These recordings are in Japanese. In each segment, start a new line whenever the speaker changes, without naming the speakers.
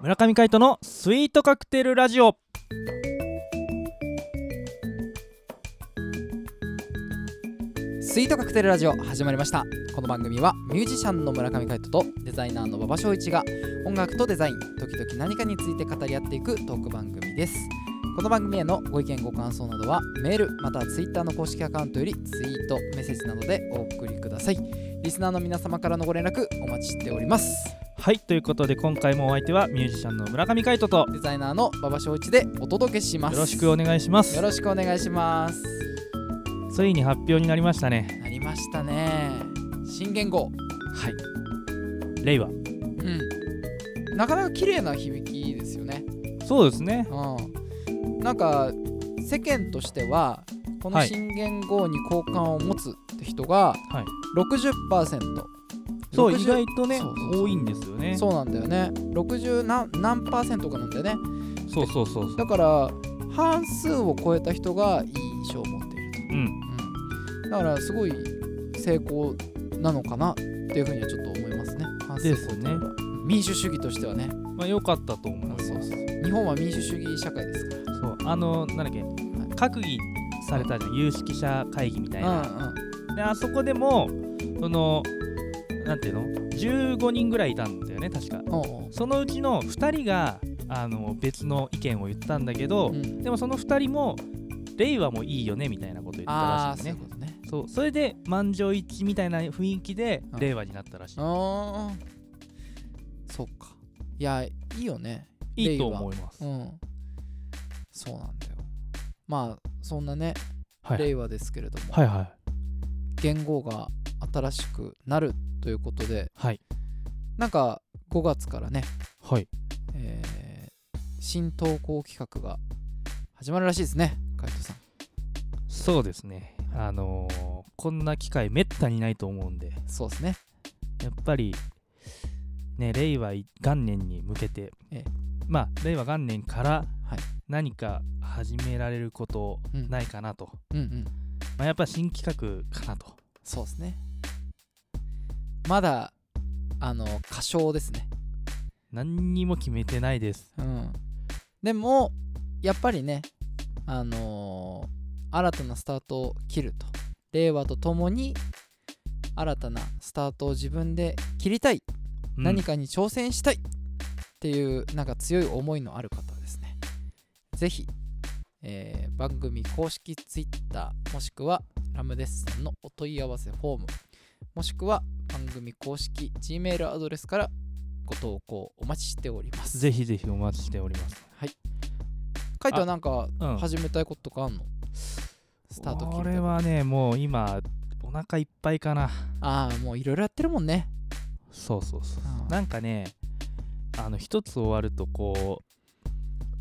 村上海人のスイートカクテルラジオ
スイートカクテルラジオ始まりましたこの番組はミュージシャンの村上海人とデザイナーの馬場翔一が音楽とデザイン時々何かについて語り合っていくトーク番組ですこの番組へのご意見ご感想などはメールまたはツイッターの公式アカウントよりツイートメッセージなどでお送りくださいリスナーの皆様からのご連絡お待ちしております
はいということで今回もお相手はミュージシャンの村上海人とよ
デザイナーの馬場翔一でお届けします
ろしくお
願いし
願いします
よろしくお願いします
ついに発表になりましたね
なりましたね新元号
はい令和
うんなかなか綺麗な響きですよね
そうですね
うん、なんか世間としてはこの
はい
新元号に好感を持つって人が
はい
60%、
そう
60
意外とね
そうそうそう
多いんですよね
そうなんだよね60何何パーセントかなんだよね
そうそうそうそう
だから半数を超えた人がいい印象を持っていると、
うん
うん、だからすごい成功なのかなっていうふうにはちょっと思いますね半数を超えたのが民主主義としてはね
まあ良かったと思います
そうそう日本は民主主義社会ですから
そうあのなんだっけ閣議されたじゃん有識者会議みたいな
うんうん
であそこでもそのなんていうの15人ぐらいいたんだよね確か
おうおう
そのうちの2人があの別の意見を言ったんだけど、
うん
でもその2人も令和もいいよねみたいなこと言った
あ
ら
あ
しい
そうい
ね
うことね
そうそれで満場一致みたいな雰囲気で
うん
令和になったらしい、
ああそっかいやいいよね
いいと思います、
うんそうなんだよまあそんなね、
はい、
令和ですけれども、
はいはい
元号が新しくなるということで
はい
なんか5月からね、
はい
えー新投稿企画が始まるらしいですね海人さん
そうですねあのーこんな機会めったにないと思うんで
そうですね
やっぱりね令和元年に向けて、
ええ
まあ令和元年から
はい
何か始められること
うん
ないかなと、
うんうん
まあ、やっぱ新企画かなと
そうですねまだあの歌唱ですね
何にも決めてないです
うん、でもやっぱりねあのー新たなスタートを切ると令和とともに新たなスタートを自分で切りたい、
うん
何かに挑戦したいっていうなんか強い思いのある方はですね是非、えー番組公式 Twitter もしくはラムデッサンのお問い合わせフォームもしくは番組公式 Gmail アドレスからご投稿お待ちしております。
ぜひぜひお待ちしております
カイトはなんか
うん
始めたいこととかあんの、スタート切
こ
る
れはねもう今お腹いっぱいかな
ああもういろいろやってるもんね
そうそうそう
うん
なんかねあの一つ終わるとこう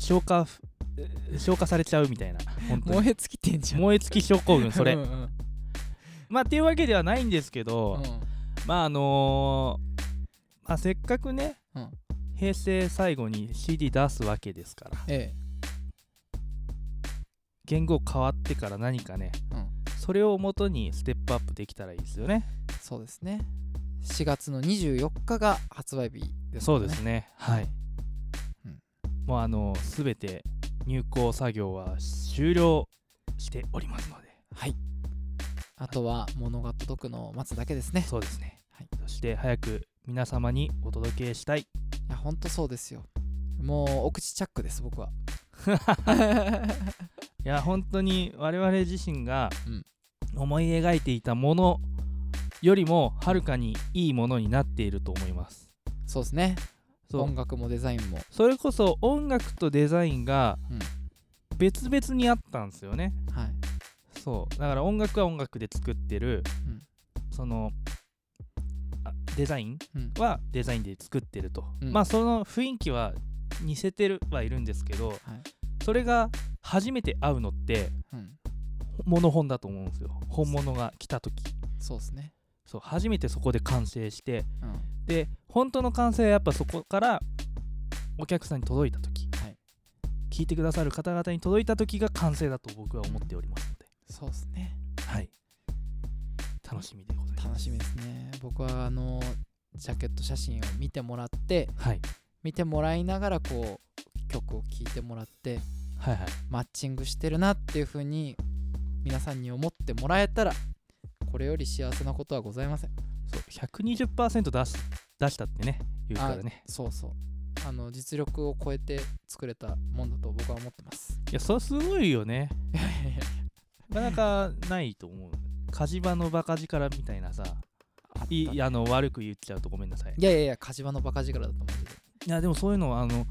消化ふ消化されちゃうみたいな本当に
燃え尽きてんじゃん
燃え尽き症候群それ
うんうん
まあっていうわけではないんですけど、まああのーまあ、せっかくね、
うん
平成最後に CD 出すわけですから
ええ
言語変わってから何かね、
うん
それをもとにステップアップできたらいいですよね
そうですね4月の24日が発売日ですか
そ
らね
うですねはい、
うん
もうあのー全て入稿作業は終了しておりますので
はいあとは物が届くのを待つだけですね
そうですね、
はい
そして早く皆様にお届けしたい
いやほんとそうですよもうお口チャックです僕は
いや本当に我々自身が
うん
思い描いていたものよりもはるかにいいものになっていると思います
そうですね
そう
音楽もデザインも
それこそ音楽とデザインが
うん
別々にあったんですよね
はい
そうだから音楽は音楽で作ってる、
うん
そのあデザイン
うん
はデザインで作ってると、
うん
まあその雰囲気は似せてるはいるんですけど、それが初めて合うのって
うん
モノ本だと思うんですよ本物が来た時
そうですね
そう初めてそこで完成して
うん
で本当の完成はやっぱそこからお客さんに届いた時、
はい
聞いてくださる方々に届いた時が完成だと僕は思っておりますので、
そうですね
はい、楽しみでございます
楽しみですね僕はあのジャケット写真を見てもらって
はい
見てもらいながらこう曲を聴いてもらって
はいはい
マッチングしてるなっていう風に皆さんに思ってもらえたらこれより幸せなことはございません
そう120%出し出したってね言うからね
そうそうあの実力を超えて作れたもんだと僕は思って ます
いやそれはすごいよね
いやいやいや
なかなかないと思う火事場のバカ力みたいなさ
あった
いいあの悪く言っちゃうとごめんなさい
いやいやいや火事場のバカ力だと思うんで
いやでもそういうのはあの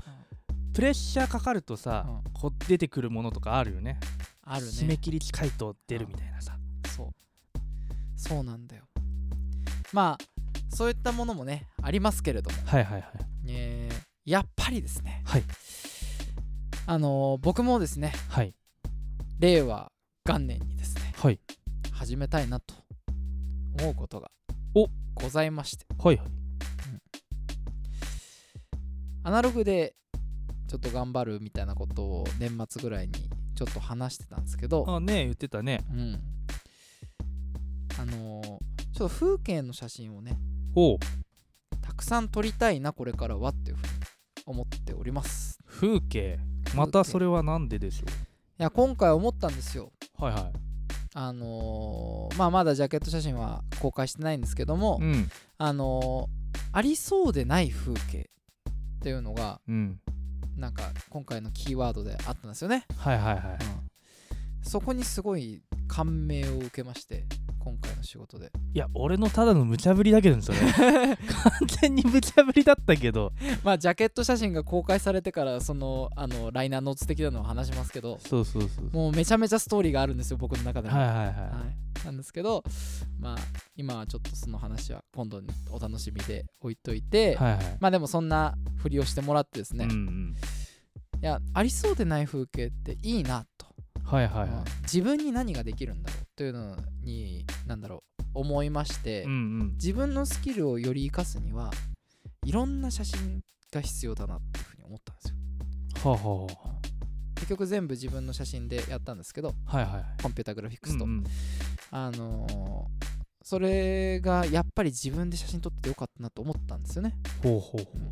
プレッシャーかかるとさ、
うん
こ出てくるものとかあるよね
あるね
締め切り近いと出るみたいなさ、
そうそうなんだよまあそういったものもねありますけれども、
はいはいはい
えーやっぱりですね
はい
あのー僕もですね
はい
令和元年にですね
はい
始めたいなと思うことが
お
ございまして
はいはい
アナログでちょっと頑張るみたいなことを年末ぐらいにちょっと話してたんですけど
あね言ってたね
うんあのーちょっと風景の写真をね
おう
たくさん撮りたいなこれからはっていうふうに思っております
風景またそれはなんででしょ
いや今回思ったんですよ
うはいは
あのーまあまだジャケット写真は公開してないんですけども、
うん
あのーありそうでない風景っていうのが
うん
なんか今回のキーワードであったんですよね、
はいはいはい
うんそこにすごい感銘を受けまして今回の仕事で
いや俺のただの無茶ぶりだけどねそれ 完全に無茶ぶりだったけど
まあジャケット写真が公開されてからそのあのライナーノーツ的なのを話しますけど
そうそうそう
もうめちゃめちゃストーリーがあるんですよ僕の中では
はいはいはい、
はい、なんですけどまあ今はちょっとその話は今度にお楽しみで置いといて、
はいはい
まあでもそんなふりをしてもらってですね、
うんう
い
ん、
やありそうでない風景っていいなと、
はいはいはい
うん自分に何ができるんだろうというのに何だろう思いまして、
うんうん
自分のスキルをより生かすにはいろんな写真が必要だなっていうふうに思ったんですよ
はあはあは
結局全部自分の写真でやったんですけど
あはいはいはい
コンピュータグラフィックスと、
うんうん
あのーそれがやっぱり自分で写真撮っててよかったなと思ったんですよね。
ほうほうほ
うん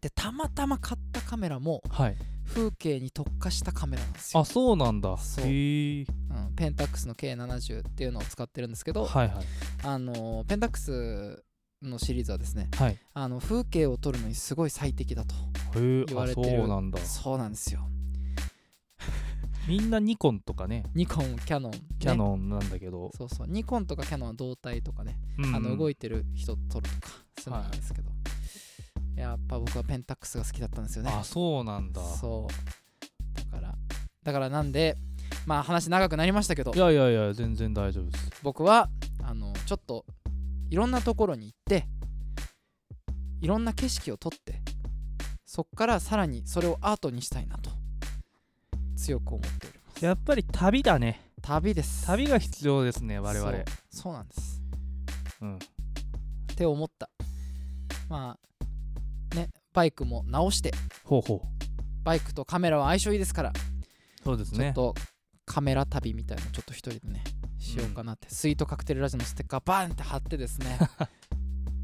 でたまたま買ったカメラも
うはい
風景に特化したカメラなんですよ
あ。そうなんだ
そう
へえ
うん、ペンタックスの K70 っていうのを使ってるんですけど、
はいはい
あのーペンタックスのシリーズはですね
はいへ
あの風景を撮るのにすごい最適だと
え
言わ
あ
れ
そ
てる
うなんだ
そうなんですよ
みんなニコンとかね
ニコンキャノン、ね、
キャノンなんだけど、
そうそうニコンとかキャノンは胴体とかねあの動
い
いてる人撮るとかするんですけど、やっぱ僕はペンタックスが好きだったんですよね
あそうなんだ
そうだからだからなんでまあ話長くなりましたけど
いやいやいや全然大丈夫です
僕はあのちょっといろんなところに行っていろんな景色を撮ってそっからさらにそれをアートにしたいなと強く思っております
やっぱり旅だね
旅です
旅が必要ですね我々
そうそうなんです
うん
って思ったまあねバイクも直して
ほうほう
バイクとカメラは相性いいですから
そうです
ちょ
ね
っとカメラ旅みたいなのちょっと一人でねしようかなって、スイートカクテルラジオのステッカーバーンって貼ってです ね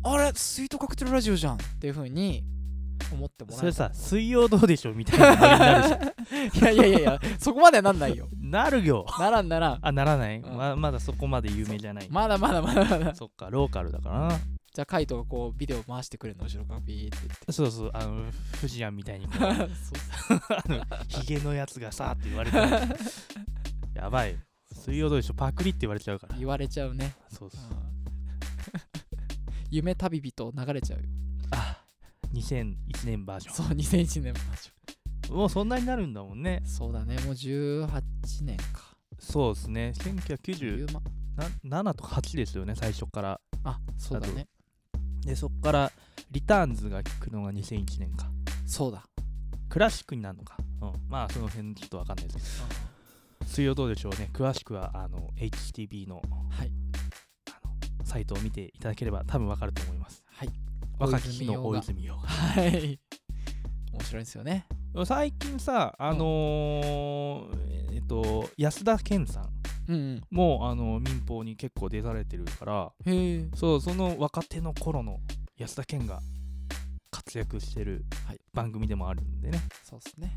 あれスイートカクテルラジオじゃんっていう風に思ってもらえ
それ
た
さ水曜どうでしょうみたいなノリになるじゃん
いやいやいやいやそこまではなんないよ
なるよ
ならんならん
あならない、
うん
ままだそこまで有名じゃない
まだまだまだまだ
そっかローカルだからな
じゃあカイトがこうビデオ回してくれるの後ろからビーって
そうそうあのフジアンみたいに こう
言って
あのヒゲのやつがさーって言われた らやばい水曜どうでしょうパクリって言われちゃうから
言われちゃうね、
そう
う
そ
ん
う
夢旅人流れちゃうよ
あ2001年バージョ
そう2001年も
ンもうそんなになるんだもんね
そうだねもう18年か
そうですね1997
ま
とか8ですよね最初から
あそうだね
でそっからリターンズが来るのが2001年か
そうだ
クラシックになるのか、うん、まあその辺ちょっとわかんないですけど水曜どうでしょうね詳しくはあの HTB の,、
はい
あのサイトを見ていただければ多分わかると思います
はい
若き日の
大
大
泉
泉洋が
はい面白いですよね
最近さあのーえっと安田顕さん
ううん
もうあの民放に結構出されてるから
うん、へえ
そうその若手の頃の安田顕が活躍してる
はい
番組でもあるんでね、
そうですね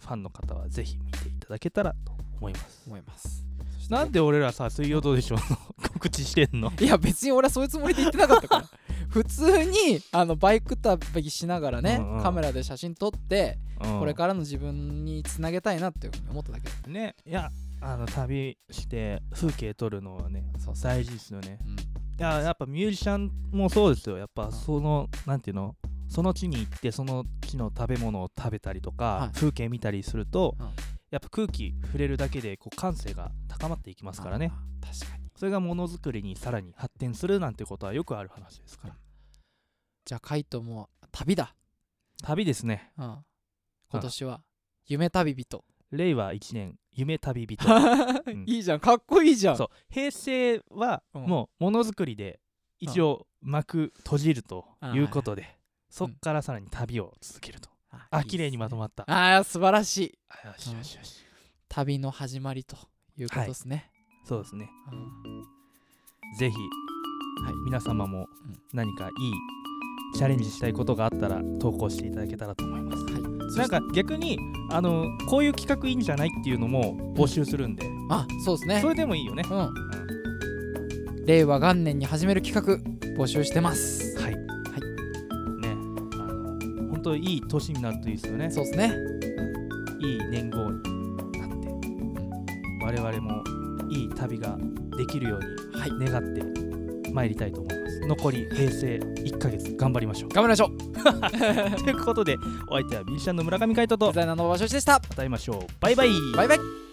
ファンの方はぜひ見ていただけたらと思います
思いますそしてね
なんで俺らさ「水曜どうでしょう」の 告知してんの
いや別に俺はそういうつもりで言ってなかっ たから普通にあのバイク旅しながらね、
うんうん
カメラで写真撮って、これ
ら
からの自分につなげたいなっていうふうに思っただけだ
ねいやあの旅して風景撮るのはね
そうそう、
大事ですよね
うん
いややっぱミュージシャンもそうですよやっぱそのなんていうのその地に行ってその地の食べ物を食べたりとか、
はい
風景見たりすると、
うん
やっぱ空気触れるだけでこう感性が高まっていきますからね
ああ確かに
それがものづくりにさらに発展するなんてことはよくある話ですから、
じゃあカイトも旅だ、
旅ですね
うん、今年は夢旅人、
令和1年夢旅人 ん
いいじゃんかっこいいじゃん
そう平成は
うん
もうものづくりで一応幕閉じるということで、そっからさらに旅を続けると、
あ
あ綺麗にまと
ま
まった
ああ素晴らしい
あよしよしよし
旅の始まりということですね、
そうですね。
うん
ぜひ、
い
皆様も
うん
何かいいチャレンジしたいことがあったら投稿していただけたらと思います。
はい
なんか逆にあのこういう企画いいんじゃないっていうのも募集するんで、
あそうですね
それでもいいよね。
うん、令和元年に始める企画募集してます
はい。はい。ね、あの本当いい年になるといいですよね。
そうですね
いい年号になって、我々もいい旅ができるよう
はい
に願って参りたいと思います。残り平成1ヶ月頑張りましょう。
頑張りましょう
ということでお相手はミュージシャンの村上海人と
デザイナーの馬所一でした
また会いましょうバイバイ
バイバイ